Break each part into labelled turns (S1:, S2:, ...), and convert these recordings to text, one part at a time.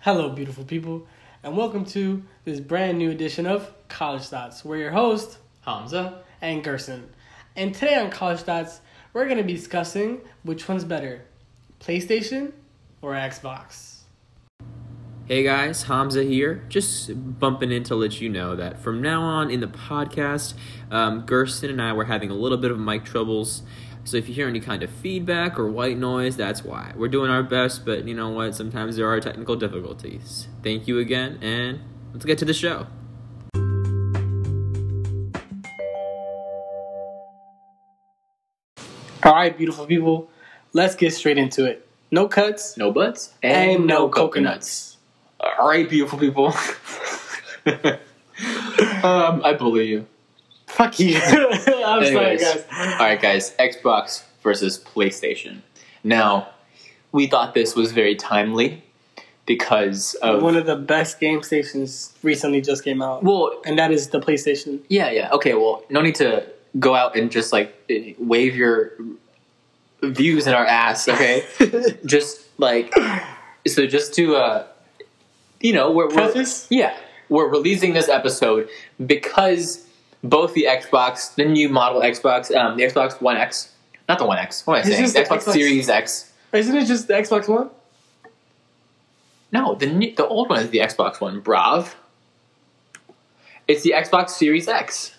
S1: Hello, beautiful people, and welcome to this brand new edition of College Thoughts. We're your host, Hamza and Gerson. And today on College Thoughts, we're going to be discussing which one's better PlayStation or Xbox.
S2: Hey guys, Hamza here. Just bumping in to let you know that from now on in the podcast, um, Gersten and I were having a little bit of mic troubles. So if you hear any kind of feedback or white noise, that's why. We're doing our best, but you know what? Sometimes there are technical difficulties. Thank you again, and let's get to the show.
S1: All right, beautiful people, let's get straight into it. No cuts
S2: No butts
S1: and, no, coconuts.
S2: All right, beautiful people. um, I bully you.
S1: Fuck you. I'm
S3: Anyways,
S1: sorry,
S3: all
S1: guys.
S3: right, guys. Xbox versus PlayStation. Now, we thought this was very timely because of
S1: Uh, One of the best game stations recently just came out,
S3: well,
S1: and that is the PlayStation.
S3: yeah, yeah. Okay, well, no need to go out and just like wave your views in our ass. Okay, just like so, just to uh, you know, we're, we're
S1: Preface?
S3: yeah, we're releasing this episode because both the Xbox, the new model Xbox, um, the Xbox One X, not the One X. What am I
S1: It's
S3: saying?
S1: just the
S3: Xbox,
S1: Xbox.
S3: Series X.
S1: Isn't it just the Xbox One?
S3: No, the new, the old one is the Xbox One. Brav. It's the Xbox Series X.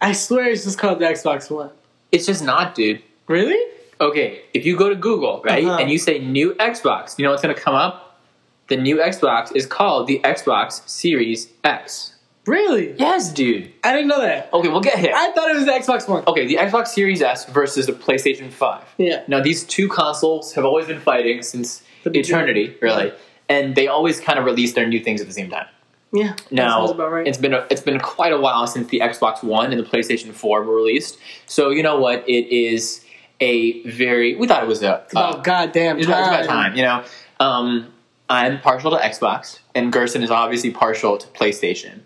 S1: I swear it's just called the Xbox One.
S3: It's just not, dude.
S1: Really?
S3: Okay, if you go to Google, right,
S1: Uh-huh.
S3: and you say new Xbox, you know what's going to come up? The new Xbox is called the Xbox Series X.
S1: Really?
S3: Yes, dude.
S1: I didn't know that.
S3: Okay, we'll get here.
S1: I thought it was the Xbox One.
S3: Okay, the Xbox Series S versus the PlayStation 5.
S1: Yeah.
S3: Now, these two consoles have always been fighting since
S1: The beginning.
S3: eternity, really, and they always kind of release their new things at the same time.
S1: Yeah. that
S3: Now,
S1: sounds about right.
S3: it's been a, it's been quite a while since the Xbox One and the PlayStation Four were released. So you know what? It is a very we thought it was a
S1: It's about
S3: uh,
S1: goddamn
S3: it's
S1: time.
S3: about, it's about time. You know, um, I'm partial to Xbox, and Gerson is obviously partial to PlayStation.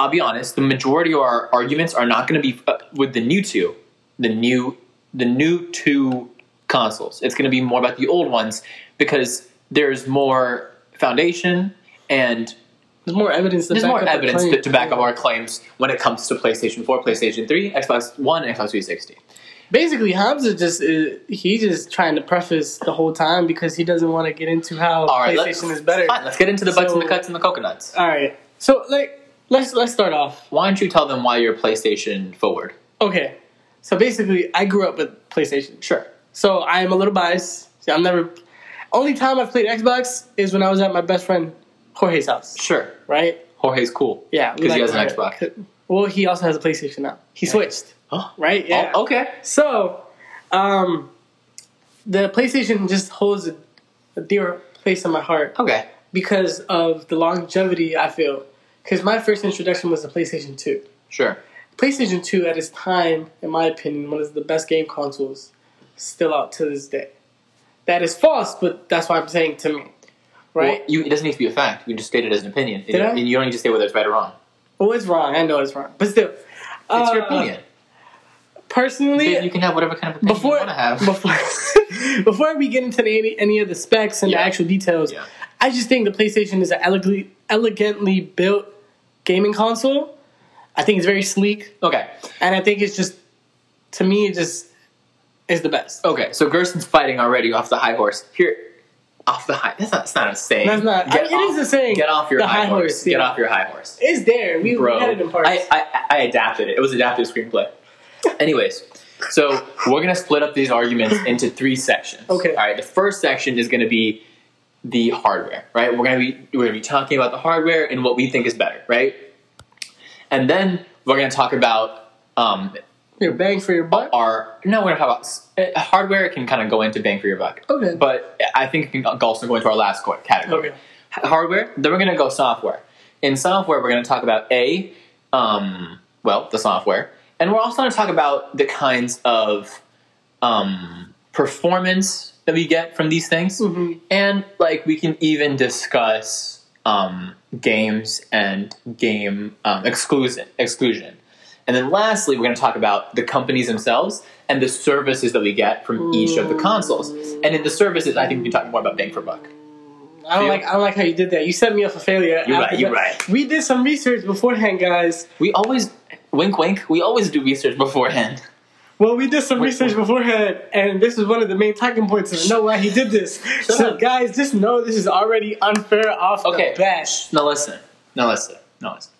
S3: I'll be honest. The majority of our arguments are not going to be uh, with the new two, the new the new two consoles. It's going to be more about the old ones because there's more foundation and
S1: There's more evidence. To
S3: there's
S1: back
S3: more
S1: up the
S3: evidence
S1: claim.
S3: to, to back up our claims when it comes to PlayStation 4, PlayStation 3, Xbox One, and Xbox 360.
S1: Basically, Hobbs is just uh, he just trying to preface the whole time because he doesn't want to get into how
S3: All right, let's,
S1: PlayStation is better.
S3: Fine, let's get into the butts and
S1: So-
S3: the cuts and the coconuts.
S1: All right. So like let's let's start off.
S3: Why don't you tell them why you're PlayStation forward?
S1: Okay. So basically, I grew up with PlayStation.
S3: Sure.
S1: So I am a little biased. See, I'm never. Only time I've played Xbox is when I was at my best friend Jorge's house.
S3: Sure.
S1: Right.
S3: Jorge's cool.
S1: Yeah, we
S3: 'Cause
S1: like
S3: he has an
S1: Mario.
S3: Xbox.
S1: Well, he also has a PlayStation now. He switched,
S3: Huh?
S1: right? Yeah.
S3: Oh, okay.
S1: So, um, the PlayStation just holds a, a dear place in my heart
S3: Okay.
S1: because of the longevity I feel. Because my first introduction was the PlayStation Two.
S3: Sure.
S1: PlayStation Two, at its time, in my opinion, one of the best game consoles still out to this day. That is false, but that's what I'm saying to me, right?
S3: Well, you, it doesn't need to be a fact. You can just state it as an opinion.
S1: Did I?
S3: and, and you don't need to say whether it's right or wrong.
S1: Well, Oh, it's wrong. I know it's wrong, but still, it's
S3: It's
S1: Uh,
S3: your opinion.
S1: Personally,
S3: You can have whatever kind of opinion
S1: before
S3: you want to have.
S1: before before we get into the, any any of the specs and
S3: Yeah.
S1: the actual details,
S3: Yeah.
S1: I just think the PlayStation is an elegantly elegantly built gaming console. I think it's very sleek,
S3: Okay.
S1: and I think it's just to me it just is the best.
S3: Okay, so Gerson's fighting already off the high horse. Here, off the high. That's not. That's not a saying.
S1: That's not- I mean, it is a saying.
S3: Get off your
S1: The
S3: high,
S1: high
S3: horse.
S1: horse,
S3: Get
S1: yeah.
S3: off your high horse,
S1: It's there. We,
S3: bro.
S1: we had it in parts.
S3: I, I I adapted it. It was adapted screenplay. Anyways, so we're gonna split up these arguments into three sections.
S1: Okay.
S3: All right. The first section is gonna be the hardware. Right. We're gonna be we're gonna be talking about the hardware and what we think is better. Right. And then we're gonna talk about um,
S1: your bang for your buck.
S3: are no, we're gonna talk about s- uh, hardware. Can kind of go into bang for your buck.
S1: Okay.
S3: But I think it can also go into our last co- category.
S1: Okay.
S3: H- Hardware. Then we're gonna go software. In software, we're gonna talk about a, um, well, the software, and we're also gonna talk about the kinds of um, performance that we get from these things,
S1: Mhm.
S3: and like we can even discuss um, games and game um, exclusion exclusion. And then lastly, we're going to talk about the companies themselves and the services that we get from each of the consoles. And in the services, I think we can talk more about bang for buck.
S1: I don't
S3: Feel-
S1: like I don't like how you did that. You set me up for failure.
S3: You're right,
S1: after
S3: you're
S1: that.
S3: right.
S1: We did some research beforehand, guys.
S3: We always wink, wink. We always do research beforehand.
S1: Well, we did some research beforehand, and this is one of the main talking points. of know why he did this. so,
S3: up.
S1: guys, just know this is already unfair off
S3: Okay.
S1: the bat.
S3: Now listen. Now listen. Now listen.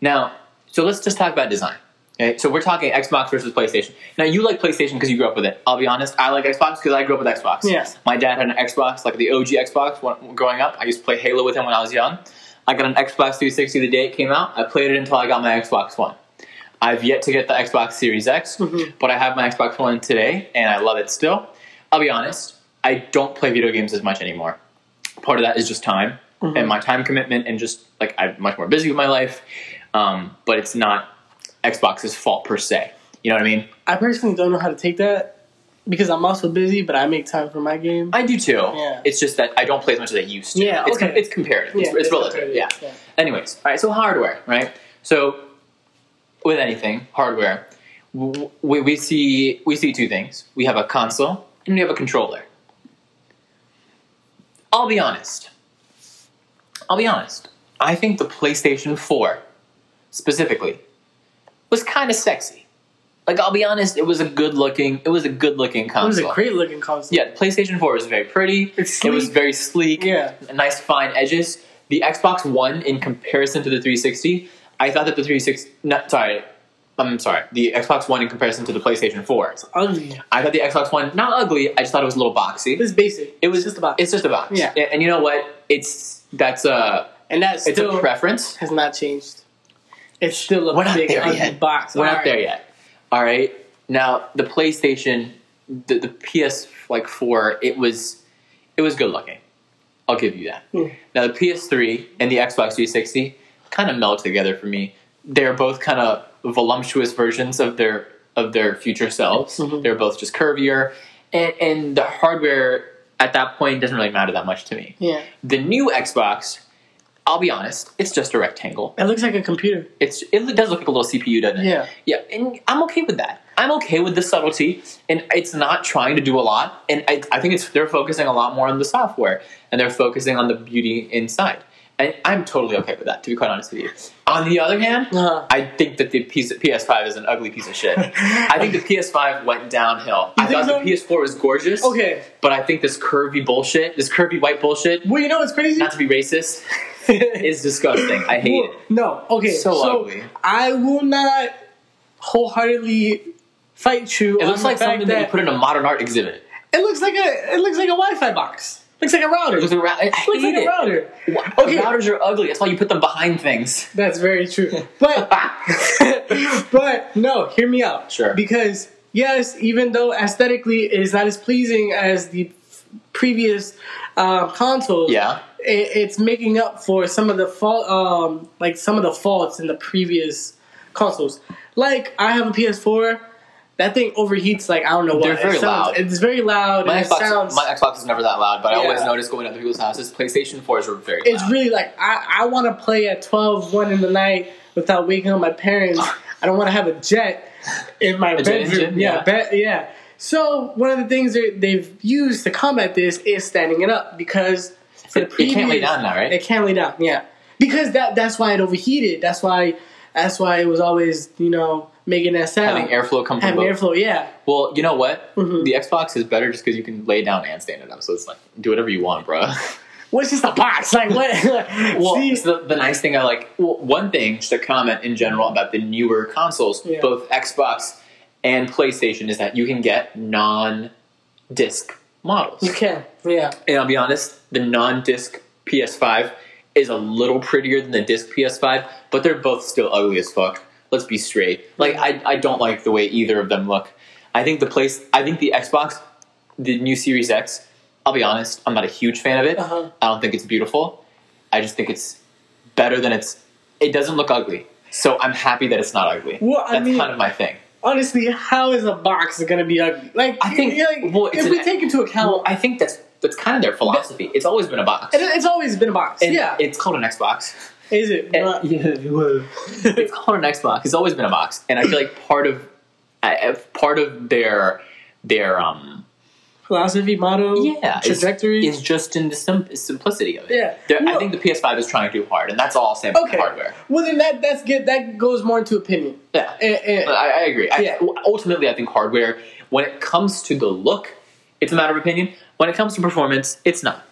S3: Now, so let's just talk about design. Okay, so we're talking Xbox versus PlayStation. Now you like PlayStation because you grew up with it. I'll be honest, I like Xbox because I grew up with Xbox.
S1: Yes.
S3: My dad had an Xbox, like the OG Xbox. When, growing up, I used to play Halo with him when I was young. I got an Xbox 360 the day it came out. I played it until I got my Xbox One. I've yet to get the Xbox Series X, but I have my Xbox One today, and I love it still. I'll be honest, I don't play video games as much anymore. Part of that is just time
S1: Mm-hmm.
S3: and my time commitment, and just like I'm much more busy with my life. Um, but it's not Xbox's fault per se. You know what I mean?
S1: I personally don't know how to take that because I'm also busy, but I make time for my game.
S3: I do too.
S1: Yeah.
S3: It's just that I don't play as much as I used to.
S1: Yeah,
S3: It's, com-
S1: okay.
S3: it's comparative.
S1: Yeah,
S3: it's, it's
S1: it's
S3: relative.
S1: comparative,
S3: Yeah.
S1: yeah.
S3: Anyways, all right. So hardware, right? So with anything hardware, w- we, we see we see two things. We have a console and we have a controller. I'll be honest. I'll be honest. I think the PlayStation Four, specifically, was kind of sexy. Like I'll be honest, it was a good looking. It was a good looking console.
S1: It was a great looking console.
S3: Um, Yeah, PlayStation 4 was very pretty.
S1: It's
S3: It was
S1: sleek.
S3: very sleek.
S1: Yeah.
S3: Nice fine edges. The Xbox One, in comparison to the 360, I thought that the 360. No, sorry. I'm sorry. The Xbox One, in comparison to the PlayStation 4.
S1: Ugly.
S3: I thought the Xbox One, not ugly, I just thought it was a little boxy.
S1: It's basic.
S3: It was
S1: It's just a box.
S3: It's just a box.
S1: Yeah.
S3: And, and you know what? It's. That's a.
S1: and that's
S3: It's
S1: still
S3: a preference.
S1: has not changed. It's still a
S3: We're not
S1: big
S3: there
S1: ugly
S3: yet.
S1: box.
S3: We're
S1: All
S3: not there
S1: right.
S3: yet. All right. Now, the PlayStation, the, the PS like 4, it was. It was good looking. I'll give you that.
S1: Yeah.
S3: Now the PS3 and the Xbox 360 kind of meld together for me. They're both kind of voluptuous versions of their of their future selves.
S1: Mhm.
S3: They're both just curvier, and and the hardware at that point doesn't really matter that much to me.
S1: Yeah.
S3: The new Xbox, I'll be honest, it's just a rectangle.
S1: It looks like a computer.
S3: It's it does look like a little CPU, doesn't it?
S1: Yeah.
S3: yeah, and I'm okay with that. I'm okay with the subtlety, and it's not trying to do a lot. And I, I think it's they're focusing a lot more on the software, and they're focusing on the beauty inside. And I'm totally okay with that, to be quite honest with you. On the other hand,
S1: Uh-huh.
S3: I think that the piece, PS5 is an ugly piece of shit. I think the PS5 went downhill. I
S1: think
S3: thought
S1: so?
S3: the PS4 was gorgeous.
S1: Okay.
S3: But I think this curvy bullshit, this curvy white bullshit,
S1: Well, you know what's crazy?
S3: not to be racist, is disgusting. I hate it.
S1: No. Okay.
S3: So
S1: So,
S3: ugly.
S1: I will not wholeheartedly fight you.
S3: It
S1: on
S3: looks
S1: the
S3: like
S1: fact
S3: something that you
S1: that-
S3: put in a modern art exhibit.
S1: It looks like a. It looks like a Wi-Fi box. Looks like a router.
S3: It was a ra- I
S1: looks
S3: hate
S1: like a
S3: it.
S1: router.
S3: Okay.
S1: Okay.
S3: Routers are ugly. That's why you put them behind things. Ah.
S1: That's very true. But but no, hear me out.
S3: Sure.
S1: Because yes, even though aesthetically it is not as pleasing as the f- previous uh, consoles,
S3: Yeah.
S1: it, it's making up for some of the fault, um, like some of the faults in the previous consoles. Like I have a PS4. That thing overheats like I don't know what.
S3: They're very
S1: it sounds,
S3: loud.
S1: It's very loud.
S3: My
S1: and it
S3: Xbox,
S1: sounds,
S3: my Xbox is never that loud, but I
S1: Yeah.
S3: always notice going to other people's houses. PlayStation 4s were very
S1: it's
S3: loud.
S1: really like I, I want to play at 12, 1 in the night without waking up my parents. I don't want to have a jet in my
S3: jet
S1: bedroom.
S3: engine,
S1: yeah,
S3: yeah.
S1: bet- yeah. So one of the things that they've used to combat this is standing it up because for
S3: It- it can't lay down now, right?
S1: It can't lay down. Yeah, because that that's why it overheated. That's why that's why it was always you know making that sound.
S3: Having airflow come from
S1: Having
S3: both.
S1: airflow. Yeah.
S3: Well, you know what?
S1: Mhm.
S3: The Xbox is better just because you can lay down and stand it up. So it's like, do whatever you want, bro.
S1: What's just a box? Like what?
S3: well,
S1: See?
S3: so the, the nice thing I like, well, one thing, just a comment in general about the newer consoles,
S1: Yeah.
S3: both Xbox and PlayStation, is that you can get non disc models.
S1: you can. Yeah.
S3: And I'll be honest, the non-disc PS5 is a little prettier than the disc PS5, but they're both still ugly as fuck. Let's be straight. Like I, I don't like the way either of them look. I think the place, I think the Xbox, the new Series X. I'll be honest, I'm not a huge fan of it.
S1: Uh-huh.
S3: I don't think it's beautiful. I just think it's better than it's. It doesn't look ugly, so I'm happy that it's not ugly.
S1: Well, I
S3: That's
S1: mean-
S3: kind of my thing.
S1: honestly, how is a box gonna be ugly? Like,
S3: I think-
S1: like,
S3: well, it's
S1: if
S3: an-
S1: we take into account,
S3: Well, I think that's that's kind of their philosophy. It's always been a box.
S1: it, it's always been a box.
S3: And
S1: yeah,
S3: it's called an Xbox.
S1: is it?
S3: And- it's called an Xbox. It's always been a box, and I feel like part of I- I- part of their their um
S1: philosophy, motto,
S3: yeah, it's-
S1: trajectory.
S3: is just in the sim- simplicity of it.
S1: Yeah.
S3: There- I
S1: No.
S3: think the PS5 is trying too hard, and that's all I'll say about the
S1: okay.
S3: hardware.
S1: Well, then that that's good. That goes more into opinion.
S3: Yeah,
S1: Eh, eh.
S3: I, I agree. I-
S1: Yeah.
S3: ultimately, I think hardware, when it comes to the look, it's a matter of opinion. When it comes to performance, it's not.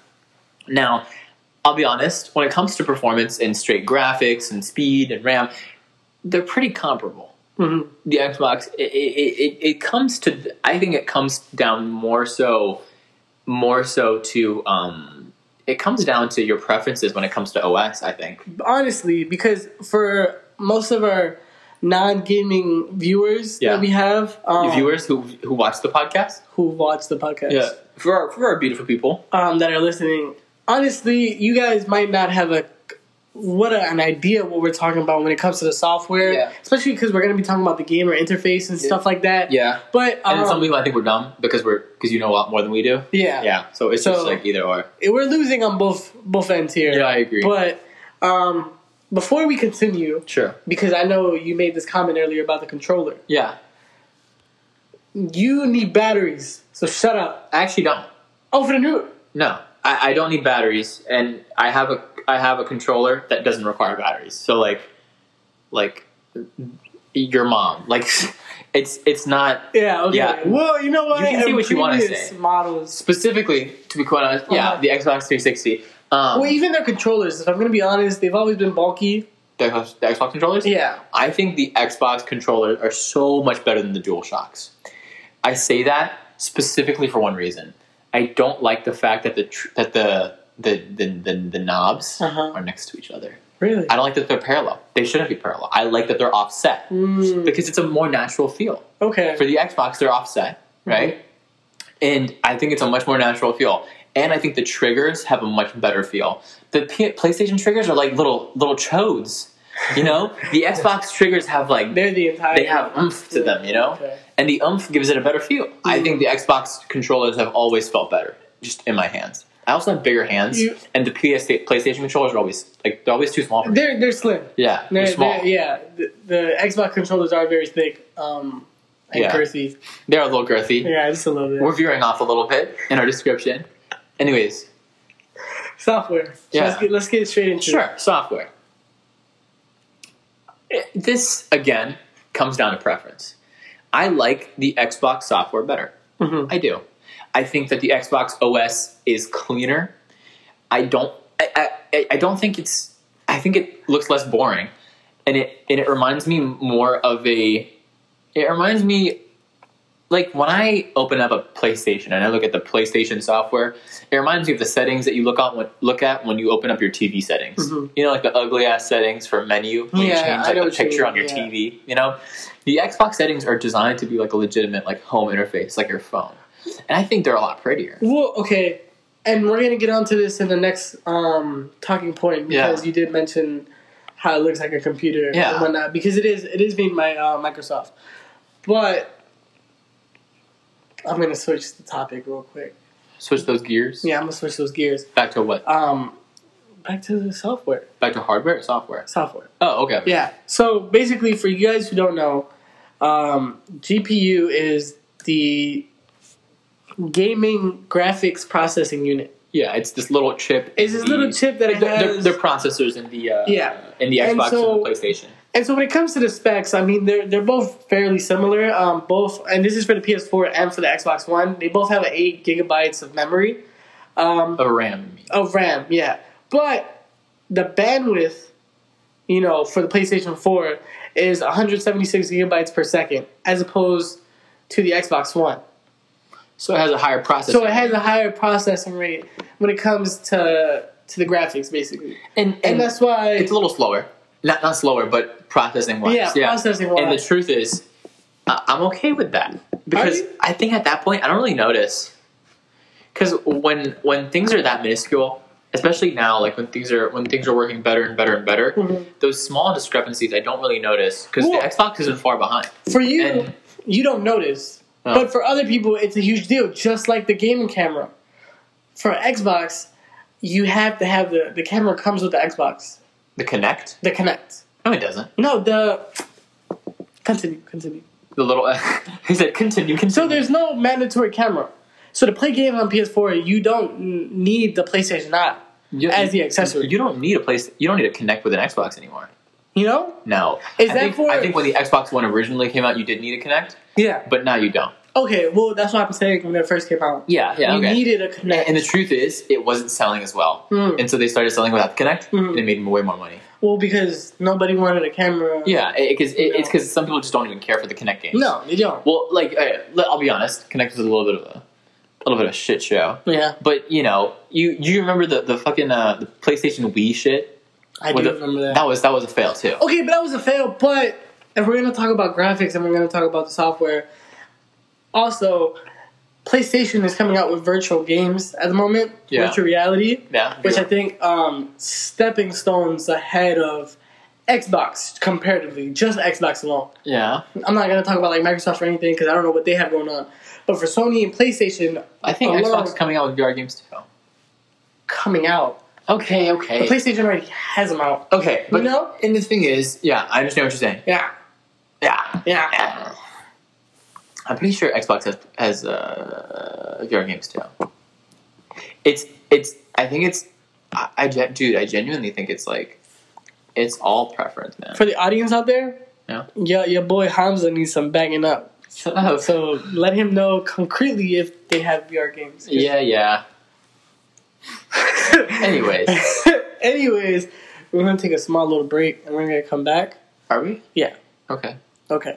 S3: Now, I'll be honest. When it comes to performance and straight graphics and speed and RAM, they're pretty comparable.
S1: Mhm.
S3: The Xbox, it, it, it, it comes to. I think it comes down more so, more so to. Um, it comes down to your preferences when it comes to OS. I think.
S1: honestly, because for most of our non-gaming viewers
S3: Yeah.
S1: that we have, um,
S3: The viewers who who watch the podcast,
S1: who watch the podcast,
S3: for our for our beautiful people,
S1: um, that are listening, honestly, you guys might not have a what a, an idea what we're talking about when it comes to the software,
S3: Yeah.
S1: especially because we're going to be talking about the gamer interface and stuff like that.
S3: yeah.
S1: But
S3: And some
S1: um,
S3: people I think we're dumb because we're because you know a lot more than we do.
S1: yeah,
S3: Yeah, so it's just
S1: So-
S3: like either or.
S1: we're losing on both both ends here.
S3: I agree.
S1: But um, before we continue,
S3: sure.
S1: because I know you made this comment earlier about the controller,
S3: Yeah,
S1: you need batteries. So shut up.
S3: I actually don't.
S1: Oh, for the new.
S3: No, I, I don't need batteries, and I have a I have a controller that doesn't require batteries. So like, like your mom, like it's it's not
S1: Yeah. Okay.
S3: Yeah.
S1: Well, you know what?
S3: You can say
S1: In
S3: what you wanna
S1: previous
S3: say.
S1: Models.
S3: specifically to be quite honest. Yeah,
S1: Uh-huh.
S3: the Xbox 360. Um,
S1: Well, even their controllers. If I'm gonna be honest, they've always been bulky.
S3: the, Xbox- the Xbox controllers.
S1: Yeah.
S3: I think the Xbox controllers are so much better than the DualShocks. I say that specifically for one reason. I don't like the fact that the tr- that the the the, the, the knobs
S1: Uh-huh.
S3: are next to each other.
S1: Really?
S3: I don't like that they're parallel. They shouldn't be parallel. I like that they're offset
S1: Mm,
S3: because it's a more natural feel.
S1: okay.
S3: For the Xbox, they're offset, right?
S1: Mm-hmm.
S3: And I think it's a much more natural feel. And I think the triggers have a much better feel. The P- PlayStation triggers are like little little chodes, you know. the Xbox triggers have like
S1: They're the entire.
S3: they have oomph to them, you know?
S1: Okay.
S3: And the oomph gives it a better feel. I think the Xbox controllers have always felt better, just in my hands. I also have bigger hands,
S1: You-
S3: and the PS PlayStation controllers are always like they're always too small. For me.
S1: They're they're slim.
S3: Yeah, they're,
S1: They're,
S3: small.
S1: they're- yeah. The, the Xbox controllers are very thick. Um. And
S3: Yeah.
S1: girthy.
S3: They're a little girthy.
S1: Yeah, just a little bit.
S3: We're veering off a little bit in our description. Anyways,
S1: Software.
S3: Yeah.
S1: Let's get, let's get straight into it.
S3: sure, software. It- This again comes down to preference. I like the Xbox software better.
S1: Mhm.
S3: I do. I think that the Xbox OS is cleaner. I don't. I, I- I, I don't think it's. I think it looks less boring, and it and it reminds me more of a. It reminds me, like when I open up a PlayStation and I look at the PlayStation software, it reminds me of the settings that you look on when, look at when you open up your TV settings.
S1: Mhm.
S3: You know, like the ugly ass settings for menu when
S1: Yeah,
S3: you change
S1: I
S3: like,
S1: know
S3: the
S1: what you
S3: picture
S1: mean,
S3: on your
S1: yeah.
S3: TV. You know, the Xbox settings are designed to be like a legitimate like home interface, like your phone, and I think they're a lot prettier.
S1: Well, okay. And we're gonna get onto this in the next um, talking point
S3: Yeah.
S1: because you did mention how it looks like a computer
S3: Yeah.
S1: and whatnot. Because it is it is made by uh, Microsoft. But I'm gonna switch the topic real quick.
S3: Switch those gears.
S1: Yeah, I'm gonna switch those gears.
S3: Back to what?
S1: Um, back to the software.
S3: Back to hardware or software?
S1: Software.
S3: Oh, okay.
S1: Yeah. So basically, for you guys who don't know, um, GPU is the gaming graphics processing unit.
S3: Yeah, it's this little chip.
S1: It's this
S3: in the-
S1: little chip that it
S3: they're- Mm. they're-
S1: has-
S3: They're processors in the uh,
S1: Yeah.
S3: in the
S1: And
S3: Xbox
S1: so-
S3: and the PlayStation.
S1: And so when it comes to the specs, I mean they're they're both fairly similar. Um, both, and this is for the PS4 and for the Xbox One. They both have eight gigabytes of memory um,
S3: A RAM. I mean.
S1: of RAM. Yeah, but the bandwidth, you know, for the PlayStation 4 is 176 gigabytes per second, as opposed to the Xbox One.
S3: So it has a higher processor.
S1: So it has a higher processing rate when it comes to to the graphics, basically,
S3: and, and,
S1: and, that's why
S3: it's a little slower. Not not slower, but processing wise.
S1: yeah, processing wise.
S3: And the truth is, I I'm okay with that because
S1: you?
S3: I think at that point I don't really notice. Because when when things are that minuscule, especially now, like when things are when things are working better and better and better,
S1: Mhm.
S3: those small discrepancies I don't really notice because
S1: Well-
S3: the Xbox isn't far behind.
S1: For you,
S3: And- Oh.
S1: you don't notice,
S3: No.
S1: but for other people, it's a huge deal. Just like the gaming camera, for Xbox, you have to have the the camera comes with the Xbox,
S3: The Connect?
S1: the Connect.
S3: No, it doesn't.
S1: No, the continue, continue.
S3: The little he said continue. continue.
S1: So there's no mandatory camera. So to play games on PS4, you don't n- need the PlayStation app
S3: You-
S1: as the accessory.
S3: You don't need a place. You don't need to connect with an Xbox anymore.
S1: You know?
S3: No.
S1: Is
S3: I
S1: that
S3: think,
S1: for-
S3: I think when the Xbox One originally came out, you did need to connect,
S1: Yeah.
S3: but now you don't.
S1: Okay. Well, that's what I was saying when it first came out.
S3: Yeah, yeah,
S1: you
S3: okay.
S1: needed a connect.
S3: and the truth is, it wasn't selling as well,
S1: Mm.
S3: and so they started selling without the Connect,
S1: Mhm.
S3: and it made way more money.
S1: well, because nobody wanted a camera.
S3: Yeah, because it,
S1: No.
S3: it's because some people just don't even care for the Connect games.
S1: No, they don't.
S3: Well, like uh, let- I'll be honest, Connect was a little bit of a, a little bit of a shit show.
S1: Yeah,
S3: But you know, you you remember the the fucking uh, the PlayStation Wii shit?
S1: I do
S3: With the-
S1: remember that.
S3: That was that was a fail too.
S1: Okay, but that was a fail. But if we're gonna talk about graphics and we're gonna talk about the software, also PlayStation is coming out with virtual games at the moment,
S3: Yeah.
S1: virtual reality,
S3: Yeah,
S1: which I think um, stepping stones ahead of Xbox comparatively, just Xbox alone.
S3: yeah.
S1: I'm not gonna talk about like Microsoft or anything because I don't know what they have going on. But for Sony and PlayStation
S3: I think
S1: Alone.
S3: Xbox is coming out with VR games too.
S1: coming out,
S3: Okay,
S1: the
S3: okay,
S1: PlayStation already has them out.
S3: okay. But
S1: You know?
S3: and the thing is, yeah, I understand what you're saying.
S1: Yeah,
S3: Yeah,
S1: yeah.
S3: yeah. I'm pretty sure Xbox has has uh, VR games too. It's it's. I think it's. I, I gen- dude, I genuinely think it's like, it's all preference, man.
S1: For the audience out there,
S3: Yeah.
S1: yeah, your boy Hamza needs some banging up.
S3: Shut up.
S1: So let him know concretely if they have VR games.
S3: Yeah, yeah. Anyways.
S1: Anyways, we're gonna take a small little break and we're gonna come back.
S3: Are we?
S1: Yeah.
S3: Okay.
S1: Okay.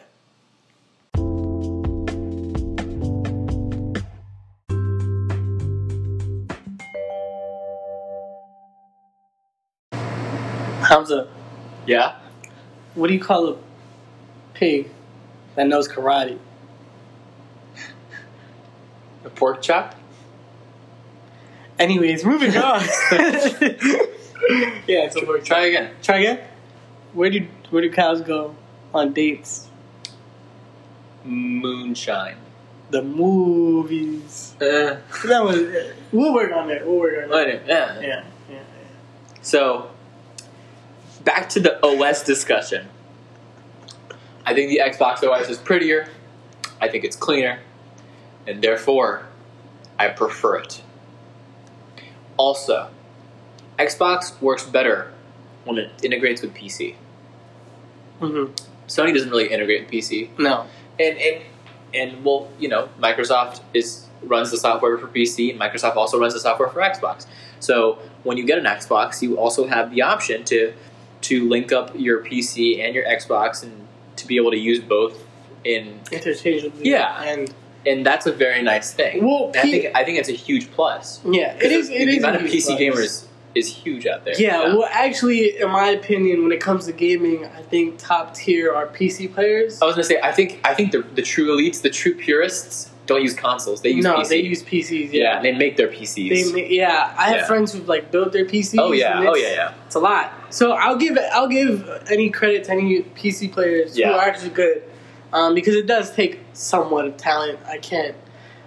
S1: Hamza,
S3: Yeah.
S1: what do you call a pig that knows karate?
S3: A pork chop.
S1: Anyways, moving on. yeah, so we're
S3: Try again.
S1: Try again. Where do where do cows go on dates?
S3: Moonshine.
S1: The movies.
S3: Uh,
S1: That was. We'll work on that. We'll work on that.
S3: later. Yeah.
S1: Yeah. yeah.
S3: So, back to the OS discussion. I think the Xbox OS is prettier. I think it's cleaner, and therefore, I prefer it. Also, Xbox works better when it integrates with PC.
S1: Mm-hmm.
S3: Sony doesn't really integrate with PC.
S1: No.
S3: and and and well, you know, Microsoft is runs the software for PC, and Microsoft also runs the software for Xbox. So when you get an Xbox, you also have the option to to link up your PC and your Xbox, and to be able to use both. In
S1: Interchangeably.
S3: Yeah.
S1: And
S3: and that's a very nice thing.
S1: well,
S3: And I
S1: P-
S3: think I think it's a huge plus.
S1: yeah, it is.
S3: the
S1: It is.
S3: amount
S1: a
S3: of
S1: huge
S3: PC
S1: plus.
S3: gamers is huge out there.
S1: Yeah, Well, actually, in my opinion, when it comes to gaming, I think top tier are PC players.
S3: I was gonna say I think I think the, the true elites, the true purists, don't use consoles. They use
S1: no,
S3: PCs.
S1: they use PCs.
S3: yeah,
S1: Yeah.
S3: and they make their PCs.
S1: They ma- yeah, I have
S3: Yeah.
S1: friends who've like built their PCs.
S3: oh yeah,
S1: and
S3: oh
S1: it's-
S3: yeah, yeah.
S1: It's a lot. So I'll give I'll give any credit to any PC players
S3: Yeah.
S1: who are actually good, um, because it does take somewhat of talent. I can't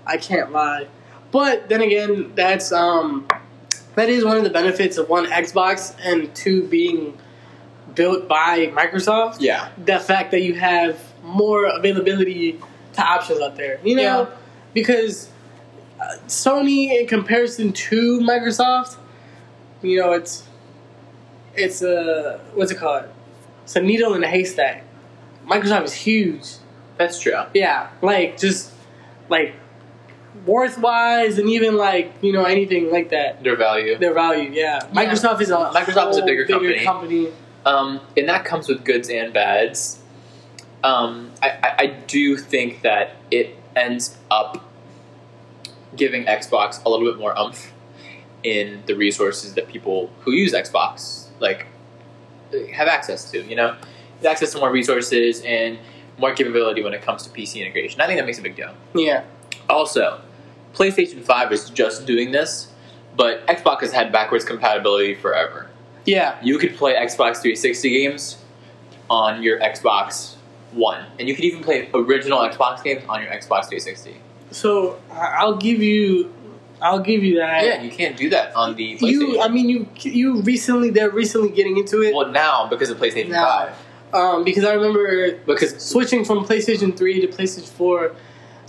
S1: I can't lie, but then again, that's um, that is one of the benefits of one Xbox and two being built by Microsoft.
S3: Yeah.
S1: The fact that you have more availability to options out there, you know,
S3: Yeah.
S1: because uh, Sony in comparison to Microsoft, you know, it's it's a what's it called? It's a needle in a haystack. Microsoft is huge.
S3: That's true.
S1: Yeah, like just like worth wise and even like you know anything like that.
S3: Their value.
S1: Their value, yeah. Microsoft is a
S3: Microsoft is a
S1: whole
S3: bigger company.
S1: company.
S3: Um, and that comes with goods and bads. Um, I, I, I do think that it ends up giving Xbox a little bit more umph in the resources that people who use Xbox like have access to. You know, access to more resources and more capability when it comes to PC integration. I think that makes a big deal.
S1: Yeah,
S3: Also, PlayStation Five is just doing this, but Xbox has had backwards compatibility forever.
S1: yeah,
S3: you could play Xbox 360 games on your Xbox One, and you could even play original Xbox games on your Xbox 360.
S1: So I- I'll give you, I'll give you that.
S3: yeah, you can't do that on the PlayStation.
S1: you. I mean, you you recently they're recently getting into it
S3: well, now because of PlayStation
S1: Now.
S3: Five,
S1: um, because I remember
S3: because
S1: switching from PlayStation Three to PlayStation Four.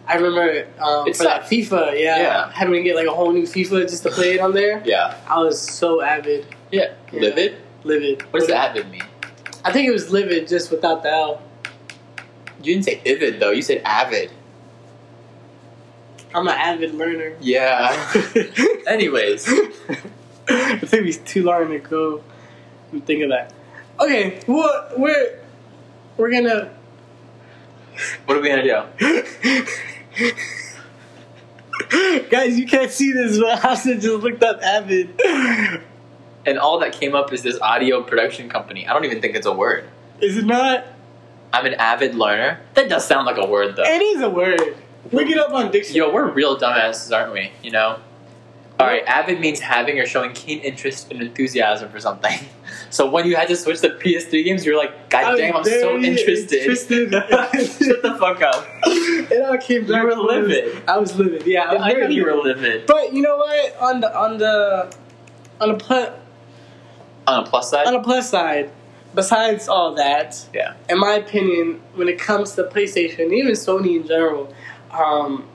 S1: I remember um,
S3: It's
S1: for that FIFA, yeah,
S3: Yeah.
S1: having to get like a whole new FIFA just to play it on there.
S3: Yeah.
S1: I was so avid,
S3: Yeah.
S1: Yeah.
S3: Livid?
S1: livid.
S3: What does avid mean?
S1: I think it was livid just without the L.
S3: You didn't say vivid though. You said avid.
S1: I'm an avid learner.
S3: Yeah. Anyways,
S1: I think it's too long to go and think of that. Okay, well, we're we're gonna.
S3: what are we gonna do?
S1: Guys, you can't see this, but Hassan just looked up avid.
S3: And all that came up is this audio production company. I don't even think it's a word.
S1: Is it not?
S3: I'm an avid learner. That does sound like a word though.
S1: It is a word. Look it up on dictionary.
S3: Yo, we're real dumbasses, aren't we? You know? Alright, avid means having or showing keen interest and enthusiasm for something. So when you had to switch to PS3 games, you were like, God
S1: was
S3: damn, I'm so
S1: very
S3: interested.
S1: interested.
S3: Shut the fuck up.
S1: it all came
S3: You
S1: back.
S3: were
S1: to this.
S3: livid.
S1: I was livid. Yeah, I was
S3: I know
S1: very
S3: you were
S1: livid.
S3: livid.
S1: But you know what? On the on the on the plus
S3: On a plus side?
S1: on the plus side, besides all that,
S3: Yeah.
S1: in my opinion, when it comes to PlayStation, even Sony in general, um,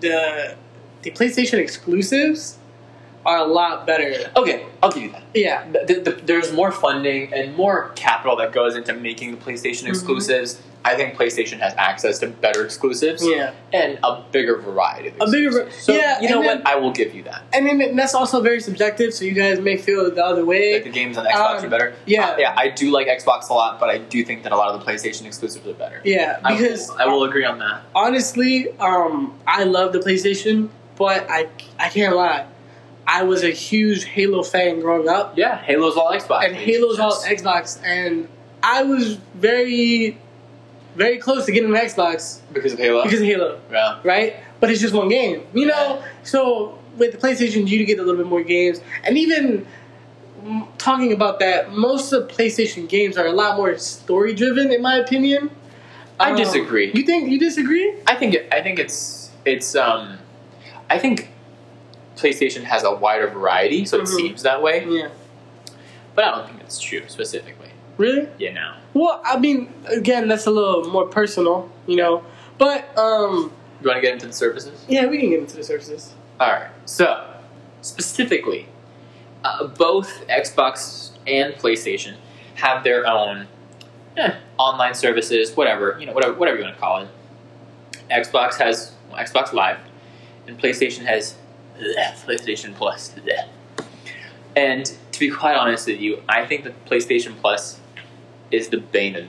S1: the the PlayStation exclusives are a lot better.
S3: Okay, I'll give you that.
S1: Yeah,
S3: Th- th- there's more funding and more capital that goes into making the PlayStation
S1: Mm-hmm.
S3: exclusives. I think PlayStation has access to better exclusives
S1: yeah.
S3: and a bigger variety. Of
S1: A bigger var-
S3: exclusives. so
S1: yeah,
S3: you know
S1: and
S3: what? I will give you that.
S1: And then that's also very subjective, so you guys may feel the other way.
S3: Like the games on Xbox
S1: Um,
S3: are better.
S1: yeah.
S3: Uh, yeah. I do like Xbox a lot, but I do think that a lot of the PlayStation exclusives are better.
S1: Yeah,
S3: I will-
S1: because
S3: I will, agree on that.
S1: honestly, um, I love the PlayStation, but I I can't lie, I was a huge Halo fan growing up,
S3: Yeah, Halo's all Xbox.
S1: and Halo's all
S3: Just-
S1: Xbox, and I was very, very close to getting an Xbox
S3: because of Halo.
S1: because of Halo,
S3: yeah,
S1: right? But it's just one game, you know. So with the PlayStation, you get a little bit more games, and even. mm, Talking about that, most of PlayStation games are a lot more story driven, in my opinion.
S3: I
S1: Um,
S3: disagree.
S1: You think you disagree?
S3: I think it, I think it's it's um I think PlayStation has a wider variety, so it
S1: Mhm.
S3: seems that way.
S1: Yeah.
S3: But I don't think that's true specifically.
S1: Really?
S3: You know,
S1: Well, I mean, again, that's a little more personal, you know. But um,
S3: you want to get into the services?
S1: yeah, we can get into the services.
S3: All right. So specifically, uh, both Xbox and PlayStation have their own eh, online services, whatever you know, whatever whatever you want to call it. Xbox has well, Xbox Live, and PlayStation has bleh, PlayStation Plus. bleh. And to be quite honest with you, I think that PlayStation Plus is the bane of,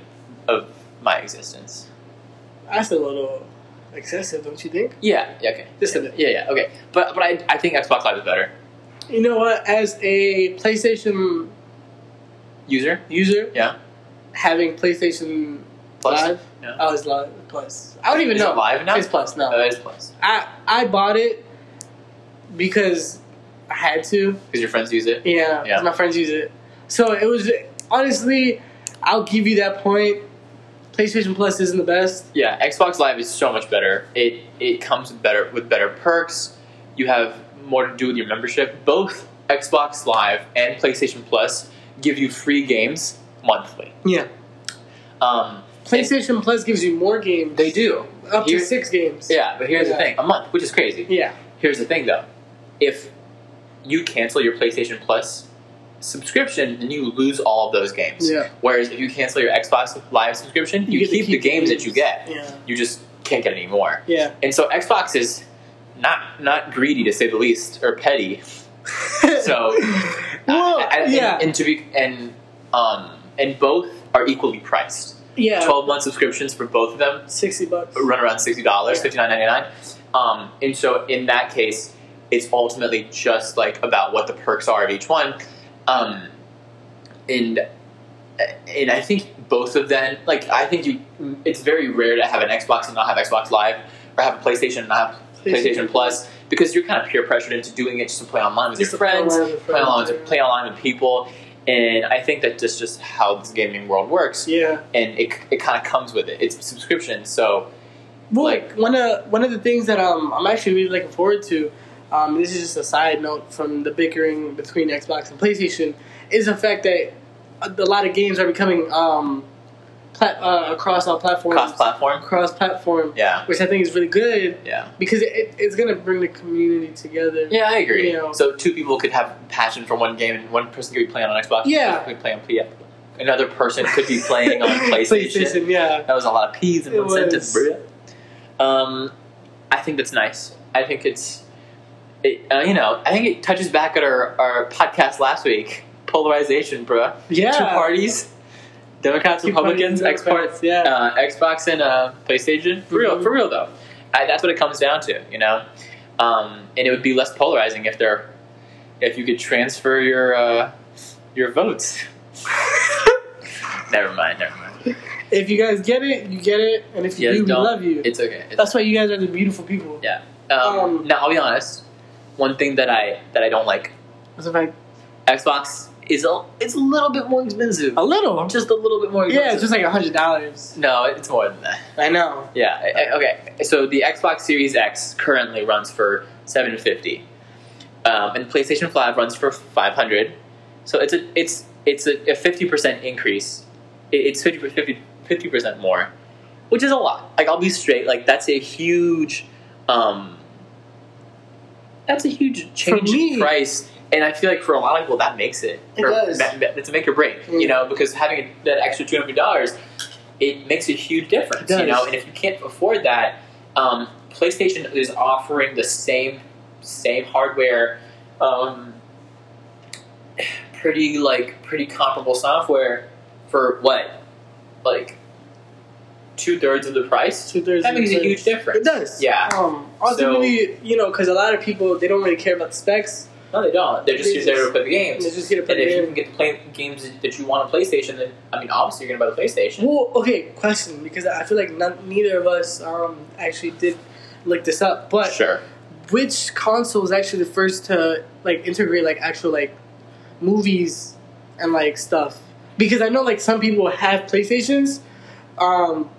S3: of my existence.
S1: That's a little excessive, don't you think?
S3: Yeah. Yeah. Okay.
S1: Just a bit.
S3: Yeah. Yeah. Okay. But but I, I think Xbox Live is better.
S1: You know what? As a PlayStation
S3: User.
S1: user,
S3: Yeah.
S1: having PlayStation
S3: Plus?
S1: Live,
S3: Yeah.
S1: oh, it's Live Plus. I don't even
S3: Is
S1: know.
S3: it live now?
S1: It's Plus now.
S3: Oh, it is plus.
S1: I I bought it because I had to.
S3: Because your friends use it.
S1: Yeah, 'cause
S3: Yeah.
S1: my friends use it. So it was honestly, I'll give you that point. PlayStation Plus isn't the best.
S3: Yeah, Xbox Live is so much better. It it comes with better with better perks. You have more to do with your membership. Both Xbox Live and PlayStation Plus give you free games monthly.
S1: Yeah.
S3: Um,
S1: PlayStation Plus gives you more games.
S3: they do.
S1: up to
S3: Here-
S1: six games.
S3: Yeah, but here's
S1: Yeah.
S3: the thing: a month, which is crazy.
S1: Yeah.
S3: Here's the thing, though: if you cancel your PlayStation Plus subscription, then you lose all of those games.
S1: Yeah.
S3: Whereas if you cancel your Xbox Live subscription, you,
S1: get to
S3: keep, the games that you get.
S1: Yeah.
S3: You just can't get any more.
S1: Yeah.
S3: And so Xbox is not not greedy to say the least, or petty. So
S1: Well,
S3: I- I- and,
S1: Oh, yeah.
S3: and to be and um and both are equally priced.
S1: yeah.
S3: Twelve month subscriptions for both of them
S1: Sixty bucks.
S3: run around sixty dollars,
S1: Yeah.
S3: fifty nine ninety nine. Um, and so in that case, it's ultimately just like about what the perks are of each one. Um, and and I think both of them, like I think you, it's very rare to have an Xbox and not have Xbox Live, or have a PlayStation and not have PlayStation Plus, because you're kind of peer pressured into doing it just to play online with
S1: Just
S3: your
S1: to play
S3: friends,
S1: online with
S3: play online,
S1: friends,
S3: with, play online with people. And I think that just just how this gaming world works,
S1: Yeah.
S3: and it, it kind of comes with it. It's subscription, so
S1: Well,
S3: Like-
S1: one of one of the things that um, I'm actually really looking forward to, um, this is just a side note from the bickering between Xbox and PlayStation, is the fact that a a lot of games are becoming um, plat- uh, across all platforms,
S3: Cross platform.
S1: across platform,
S3: Yeah.
S1: which I think is really good
S3: Yeah.
S1: because it, it's gonna bring the community together.
S3: Yeah, I agree.
S1: You know.
S3: So two people could have passion for one game, and one person could be playing on Xbox.
S1: Yeah.
S3: One person could play on PS. Another person could be playing on PlayStation.
S1: PlayStation, yeah.
S3: That was a lot of P's in
S1: It
S3: one sentence.
S1: was.
S3: bro. Um, I think that's nice. I think it's, it, uh, you know, I think it touches back at our, our podcast last week. Polarization, bro.
S1: Yeah.
S3: Two parties, Democrats,
S1: Two parties,
S3: Republicans,
S1: Democrats,
S3: Xbox,
S1: yeah.
S3: uh, Xbox, and uh, PlayStation. For real,
S1: Mhm.
S3: for real though. I, that's what it comes down to, you know. Um, and it would be less polarizing if there, if you could transfer your uh, your votes. never mind. Never mind.
S1: If you guys get it, you get it, and if you
S3: Yeah,
S1: do, we
S3: don't-
S1: love you.
S3: It's okay. It's
S1: That's why you guys are the beautiful people.
S3: Yeah. Um,
S1: Um,
S3: now I'll be honest. One thing that I that I don't like,
S1: As a fact,
S3: Xbox is a it's a little bit more expensive.
S1: a little.
S3: Just a little bit more.
S1: Oh. Yeah, it's
S3: Expensive.
S1: just like a hundred dollars.
S3: no, it's more than that.
S1: I know.
S3: Yeah. I- I- okay. So the Xbox Series X currently runs for seven fifty, um, and PlayStation Five runs for five hundred. So it's a it's it's a fifty percent increase. It, it's 50 percent more, which is a lot. Like I'll be straight. Like that's a huge, um, that's a huge change
S1: me-
S3: in price. And I feel like for a lot of people that makes it.
S1: It
S3: or
S1: does.
S3: ma- ma- it's a make or break.
S1: Mm.
S3: You know, because having that extra two hundred dollars it makes a huge difference,
S1: It
S3: you
S1: does.
S3: know. And if you can't afford that, um, PlayStation is offering the same same hardware, um, pretty like pretty comparable software for what, like two thirds of the price.
S1: Two thirds.
S3: That makes a huge difference.
S1: It does.
S3: Yeah.
S1: Um, ultimately, you know, because a lot of people they don't really care about the specs.
S3: No, they don't. They're just
S1: They
S3: there
S1: just-
S3: to play the
S1: They
S3: games.
S1: just get a
S3: And if you
S1: play
S3: can get the play games that you want on PlayStation, then I mean, obviously you're gonna buy the PlayStation.
S1: Well, okay, question because I feel like none, neither of us um actually did look this up, but
S3: sure.
S1: which console is actually the first to like integrate like actual like movies and like stuff because i know like some people have playstations um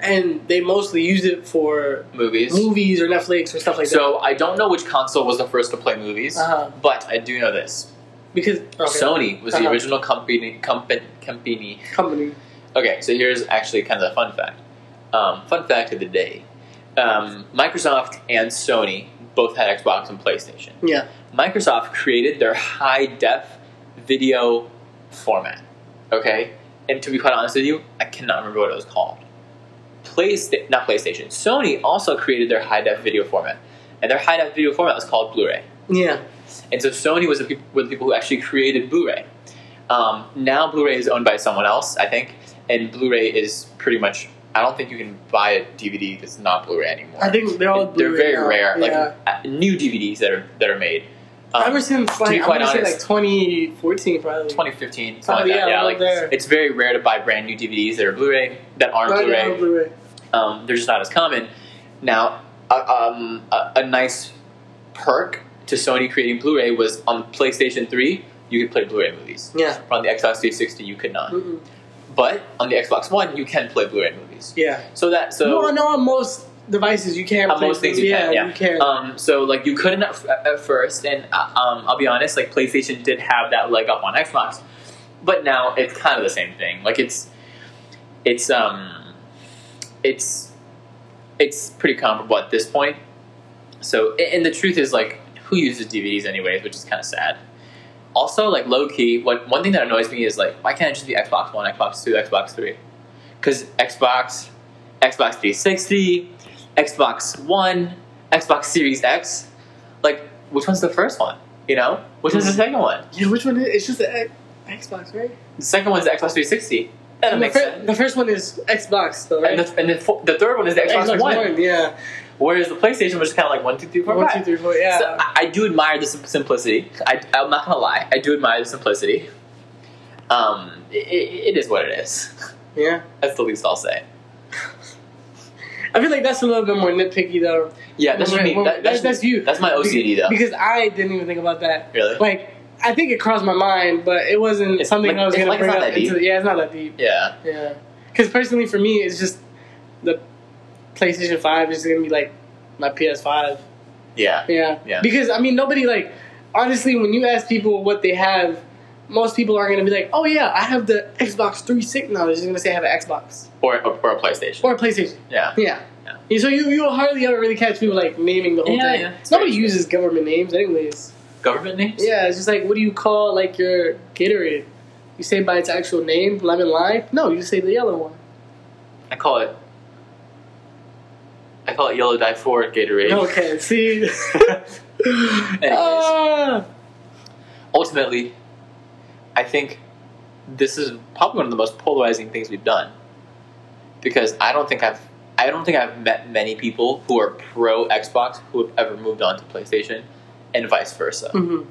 S1: and they mostly use it for
S3: Movies.
S1: movies or netflix or stuff like
S3: So I don't know which console was the first to play movies,
S1: that uh-huh.
S3: but I do know this.
S1: because okay,
S3: Sony was the
S1: Uh-huh.
S3: original company, company. Company.
S1: company
S3: Okay, so here's actually kind of a fun fact. Um, fun fact of the day: um, Microsoft and Sony both had Xbox and PlayStation.
S1: yeah
S3: Microsoft created their high def video format. Okay, and to be quite honest with you, I cannot remember what it was called. PlayStation, not PlayStation. Sony also created their high def video format, and their high def video format was called Blu-ray.
S1: yeah
S3: And so Sony was the people, were the people who actually created Blu-ray. Um, now Blu-ray is owned by someone else, I think, and Blu-ray is pretty much. I don't think you can buy a DVD that's not Blu-ray anymore.
S1: i think they're all
S3: they're
S1: Blu-ray
S3: very
S1: now.
S3: rare, like
S1: yeah.
S3: uh, new DVDs that are that are made. Um,
S1: ever since like
S3: be
S1: I
S3: quite
S1: wanna say,
S3: honest-
S1: like 2014 probably Oh,
S3: 2015, something like
S1: yeah,
S3: that. Yeah,
S1: around
S3: like
S1: there.
S3: it's very rare to buy brand new DVDs that are Blu-ray that aren't
S1: Right
S3: Blu-ray.
S1: now, Blu-ray.
S3: um, they're just not as common. Now, uh, um, a, a nice perk to Sony creating Blu-ray was on PlayStation 3, you could play Blu-ray movies.
S1: yeah
S3: On the Xbox 360, you could not.
S1: Mm-mm.
S3: But on the Xbox One, you can play Blu-ray movies.
S1: yeah
S3: So that so
S1: no, no, on most devices you can.
S3: On
S1: play
S3: most things
S1: through-
S3: you can, yeah.
S1: you can.
S3: um, so like you couldn't at, at first, and uh, um, I'll be honest, like PlayStation did have that leg up on Xbox, but now it's kind of the same thing. Like it's, it's um, it's, it's pretty comparable at this point. So a- and the truth is like who uses DVDs anyways, which is kind of sad. Also, like low key, what one thing that annoys me is like why can't it just be Xbox One, Xbox Two, Xbox Three? Because Xbox, Xbox 360, Xbox One, Xbox Series X. Like, which one's the first one? You know, which one's the
S1: Mhm.
S3: second one?
S1: yeah, which one? Is, it's just the X- Xbox, right?
S3: The second one's the Xbox 360. That
S1: the,
S3: makes
S1: fir-
S3: sense.
S1: the first one is Xbox, though, right?
S3: And, the, and the, fo- the third one is the Xbox, One.
S1: yeah.
S3: Whereas the PlayStation was just kind of like one, two, three, four,
S1: One,
S3: five.
S1: two, three, four, yeah.
S3: So I, I do admire the sim- simplicity. I, I'm not gonna lie. I do admire the simplicity. Um, i i- it is what it is.
S1: yeah.
S3: That's the least I'll say.
S1: I feel like that's a little bit more nitpicky, though.
S3: Yeah, that should
S1: Right,
S3: be
S1: well,
S3: that, that
S1: that's-
S3: should-
S1: that's you.
S3: That's my OCD though.
S1: Because I didn't even think about that.
S3: really?
S1: Like, I think it crossed my mind, but it wasn't
S3: It's
S1: something
S3: like-
S1: I was
S3: it's
S1: going
S3: like
S1: to
S3: it's
S1: bring
S3: not
S1: up.
S3: that deep.
S1: Into, yeah, it's not that deep.
S3: Yeah.
S1: Yeah. Because personally, for me, it's just the PlayStation 5 is going to be like my PS5.
S3: Yeah.
S1: Yeah.
S3: Yeah.
S1: Because I mean, nobody like honestly, when you ask people what they have, most people aren't going to be like, oh yeah, I have the Xbox 360. No, they're just going to say I have an Xbox
S3: or or a PlayStation.
S1: or a PlayStation.
S3: yeah.
S1: Yeah.
S3: Yeah.
S1: You- So you you will hardly ever really catch people like naming the whole
S3: Yeah,
S1: thing.
S3: yeah. It's
S1: Nobody
S3: very true.
S1: uses government names, anyways.
S3: Government names.
S1: Yeah, it's just like what do you call like your Gatorade? You say by its actual name, lemon lime. No, you just say the yellow one.
S3: I call it. I call it yellow dye for Gatorade.
S1: Okay, see.
S3: Anyways,
S1: Ah.
S3: ultimately, I think this is probably one of the most polarizing things we've done because I don't think I've I don't think I've met many people who are pro Xbox who have ever moved on to PlayStation and vice versa.
S1: Mhm.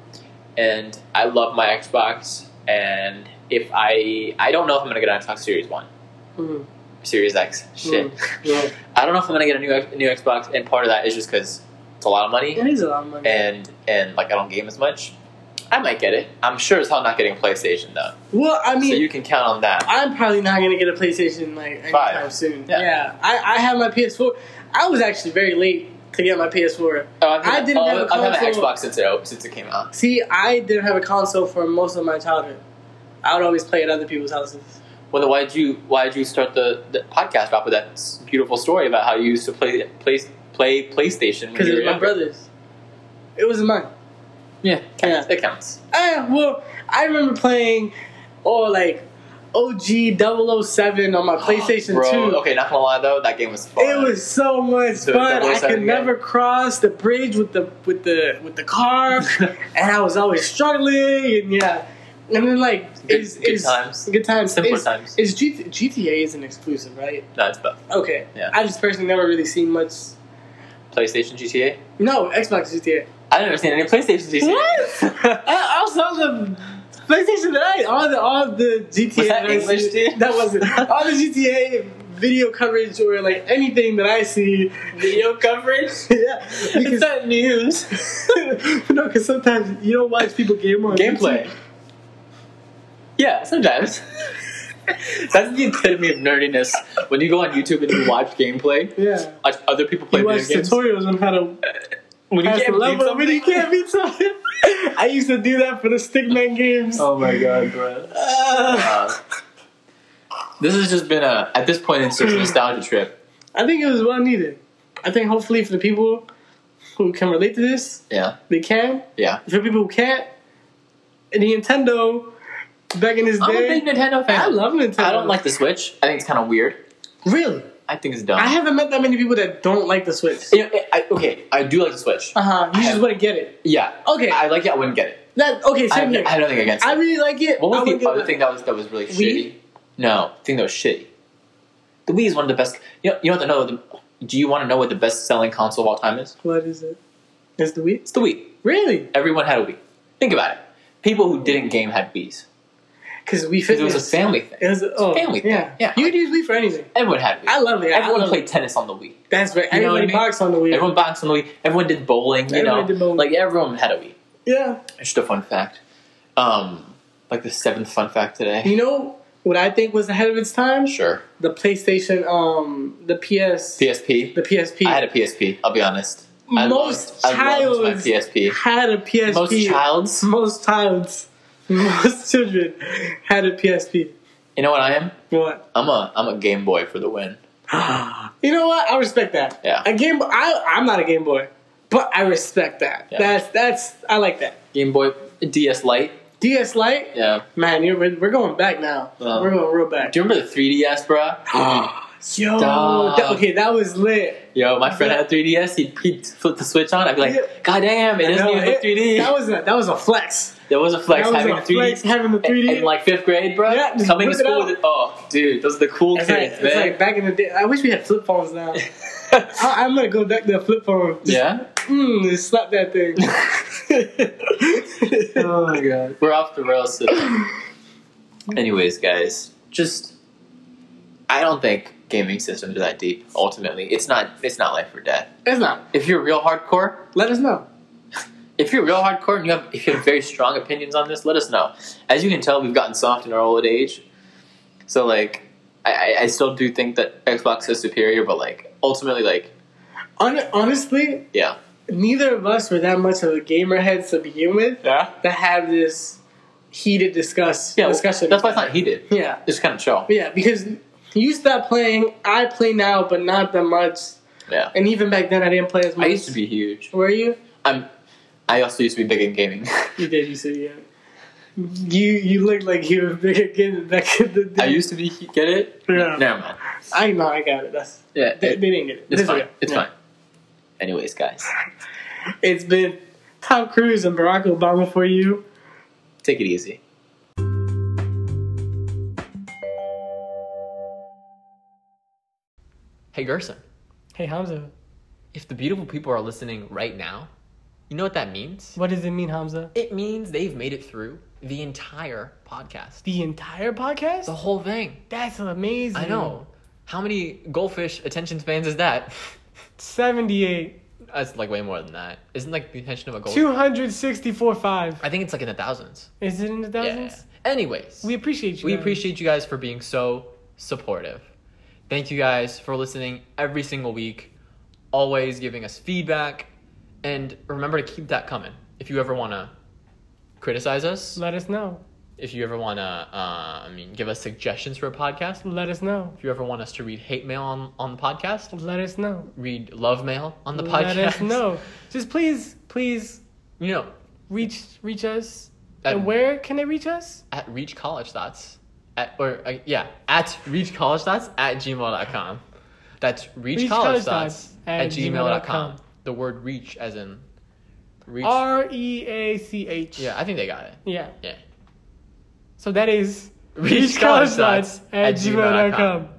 S3: And I love my Xbox and if I I don't know if I'm going to get an Xbox Series 1,
S1: Mhm.
S3: Series X. Shit.
S1: Yeah.
S3: I don't know if I'm going to get a new X- new Xbox and part of that is just cuz it's a lot of money
S1: It is a lot of money.
S3: and and like I don't game as much. I might get it. I'm sure as hell not getting a PlayStation though.
S1: well, I mean,
S3: so you can count on that.
S1: I'm probably not gonna get a PlayStation like anytime
S3: Five.
S1: soon.
S3: Yeah.
S1: Yeah, I, I have my PS4. I was actually very late to get my PS4.
S3: Oh, I've had-
S1: I didn't
S3: oh,
S1: have a
S3: I've had an
S1: console.
S3: Xbox since it since it came out.
S1: See, I didn't have a console for most of my childhood. I would always play at other people's houses.
S3: Well, then why did you why did you start the, the podcast off with that s- beautiful story about how you used to play play play PlayStation? when
S1: Because
S3: you
S1: it
S3: were
S1: was my
S3: younger?
S1: brother's. It was mine.
S3: Yeah,
S1: Yeah.
S3: it counts.
S1: Ah, well, I remember playing, or like, OG 007 on my PlayStation
S3: Bro,
S1: 2.
S3: Okay, not gonna lie though, that game was fun.
S1: It was so much
S3: So
S1: fun. I
S3: 007
S1: could
S3: game.
S1: never cross the bridge with the with the with the car, and I was always struggling. And yeah, and then like
S3: Good-
S1: is
S3: good
S1: is-
S3: times.
S1: good times,
S3: Simpler
S1: is,
S3: times.
S1: Is G- GTA isn't exclusive, right?
S3: no, it's both
S1: Okay,
S3: Yeah.
S1: I just personally never really seen much.
S3: PlayStation GTA.
S1: No, Xbox GTA.
S3: I didn't understand any PlayStation GTA.
S1: What? I also the PlayStation that I all the all the GTA
S3: Was that
S1: I
S3: English,
S1: see-
S3: dude?
S1: That wasn't all the GTA video coverage or like anything that I see.
S3: Video coverage.
S1: yeah, because-
S3: not news.
S1: no, because sometimes you don't watch people game on
S3: Gameplay.
S1: YouTube.
S3: Yeah, sometimes. That's the epitome of nerdiness. When you go on YouTube and you watch gameplay,
S1: Yeah,
S3: watch other people play
S1: you watch
S3: video games.
S1: tutorials on how to
S3: when you
S1: pass the
S3: can't beat
S1: level
S3: something,
S1: when you can't beat something. I used to do that for the Stickman games.
S3: Oh my god, bro.
S1: Uh,
S3: this has just been a at this point it's just a nostalgia trip.
S1: I think it was well needed. I think hopefully for the people who can relate to this,
S3: Yeah,
S1: they can.
S3: yeah.
S1: For people who can't, Nintendo back in his
S3: I'm
S1: day,
S3: a big Nintendo fan.
S1: I love Nintendo.
S3: I don't like the Switch. I think it's kind of weird.
S1: really.
S3: I think it's dumb.
S1: I haven't met that many people that don't like the Switch.
S3: You know, I, okay, I do like the Switch.
S1: Uh huh. You just wouldn't get it.
S3: Yeah.
S1: Okay.
S3: I like it. I wouldn't get it.
S1: That okay.
S3: I,
S1: Same here.
S3: I don't think against.
S1: I
S3: it.
S1: really like it.
S3: What
S1: I
S3: was
S1: would
S3: the
S1: give
S3: other
S1: it-
S3: thing that was that was really
S1: Wii?
S3: shitty? No, the thing that was shitty. The Wii is one of the best. You know, you don't know the. Do you want to know what the best selling console of all time is?
S1: What is it? It's the Wii.
S3: It's the Wii.
S1: Really?
S3: Everyone had a Wii. Think about it. People who didn't game had Wii's
S1: Because Wii
S3: because it
S1: Fitness.
S3: was a family thing.
S1: It was a- oh,
S3: family thing.
S1: Yeah.
S3: Yeah.
S1: You could use Wii for anything.
S3: Everyone had Wii.
S1: I love it. I
S3: Everyone
S1: love
S3: played tennis on the Wii.
S1: It. That's right.
S3: You know what I
S1: Everybody
S3: mean?
S1: boxed on the Wii.
S3: Everyone boxed on the Wii. Everyone did bowling. You
S1: Everyone
S3: know,
S1: did bowling.
S3: like everyone had a Wii.
S1: yeah.
S3: It's just a fun fact. Um, like the seventh fun fact today.
S1: You know what I think was ahead of its time?
S3: Sure.
S1: The PlayStation. Um. The PS.
S3: PSP.
S1: The PSP.
S3: I had a PSP. I'll be honest. I
S1: Most
S3: loved, I loved my
S1: childs
S3: PSP.
S1: Had a PSP.
S3: Most childs.
S1: Most childs. Most children had a PSP.
S3: You know what I am?
S1: What?
S3: I'm a I'm a Game Boy for the win.
S1: You know what? I respect that.
S3: Yeah.
S1: A Game Boy. I, I'm not a Game Boy, but I respect that.
S3: Yeah.
S1: That's that's. I like that.
S3: Game Boy DS Lite.
S1: DS Lite.
S3: Yeah.
S1: Man, you're, we're we're going back now.
S3: Well.
S1: we're going real back. Ah,
S3: Do you remember the 3DS, bruh?
S1: Yo,
S3: Stop.
S1: that- okay, that was lit.
S3: Yo, my friend had 3DS. He'd, he'd flip the switch on. I'd be like,
S1: Yeah.
S3: God damn, it doesn't
S1: No,
S3: even look
S1: it-
S3: 3D.
S1: That was a that was a flex.
S3: there was a flex
S1: that was
S3: having
S1: a
S3: the 3D.
S1: flex having the 3D.
S3: In, in like fifth grade, bruh.
S1: Yeah, just
S3: Coming to
S1: whip it
S3: school
S1: out.
S3: with it. Oh, dude, those are the cool
S1: it's, like,
S3: kids,
S1: it's like back in the day. I wish we had flip phones now.
S3: man.
S1: I, I'm gonna go back to a flip phone. Just,
S3: yeah?
S1: mm, just slap that thing.
S3: oh my god. We're off the rails today. Anyways, guys, just I don't think gaming systems are that deep. Ultimately, it's not it's not life or death.
S1: it's not.
S3: If you're real hardcore,
S1: Let us know.
S3: if you're real hardcore and you have if you have very strong opinions on this, let us know. As you can tell, we've gotten soft in our old age. So like I, I- I still do think that Xbox is superior, but like ultimately like
S1: Hon- honestly,
S3: yeah.
S1: neither of us were that much of a gamer heads to begin with.
S3: Yeah.
S1: That have this heated discuss
S4: Yeah, well,
S1: discussion.
S4: that's why it's not heated.
S1: Yeah,
S4: It's kind of chill.
S1: but yeah, because you stopped playing. I play now, but not that much.
S4: Yeah.
S1: And even back then, I didn't play as much.
S4: I used to be huge.
S1: Were you?
S4: I'm. I also used to be big in gaming.
S1: You did. You said yeah. You you looked like you were big again back in the day.
S4: I used to be. hu- Get it?
S1: Yeah.
S4: Never mind.
S1: I know. I got it. That's
S4: Yeah.
S1: they,
S4: it-
S1: they didn't get it.
S4: it's
S1: This
S4: fine.
S1: is-
S4: It's
S1: yeah.
S4: fine. Anyways, guys,
S1: It's been Tom Cruise and Barack Obama for you.
S4: take it easy.
S3: Hey, Gerson,
S1: Hey Hamza,
S3: if the beautiful people are listening right now, you know what that means?
S1: what does it mean, Hamza?
S3: It means they've made it through the entire podcast,
S1: The entire podcast?
S3: the whole thing.
S1: That's amazing.
S3: I know. How many goldfish attention spans is that?
S1: Seventy-eight,
S3: That's like way more than that. Isn't like the attention of a goldfish?
S1: two hundred sixty-four five.
S3: I think it's like in the thousands.
S1: Is it in the
S3: Yeah.
S1: thousands?
S3: Anyways,
S1: We appreciate you.
S3: we
S1: guys.
S3: appreciate you guys for being so supportive. Thank you guys for listening every single week, always giving us feedback, and remember to keep that coming. If you ever want to criticize us,
S1: Let us know.
S3: if you ever want to, uh, I mean, give us suggestions for a podcast,
S1: Let us know.
S3: if you ever want us to read hate mail on, on the podcast,
S1: Let us know.
S3: read love mail on the podcast,
S1: Let us know. Just please, please
S3: you know,
S1: reach reach us.
S3: At-
S1: and where can they reach us?
S3: at Reach College Thoughts. At, or uh, yeah, at Reach College Thoughts at gmail.com. That's Reach,
S1: Reach
S3: College,
S1: College
S3: Thoughts
S1: Thoughts
S3: at,
S1: at
S3: gmail.com.
S1: gmail.com.
S3: The word reach as in reach.
S1: R E A C H.
S3: yeah, I think they got it.
S1: Yeah.
S3: Yeah.
S1: So that is
S3: Reach College Thoughts at gmail.com.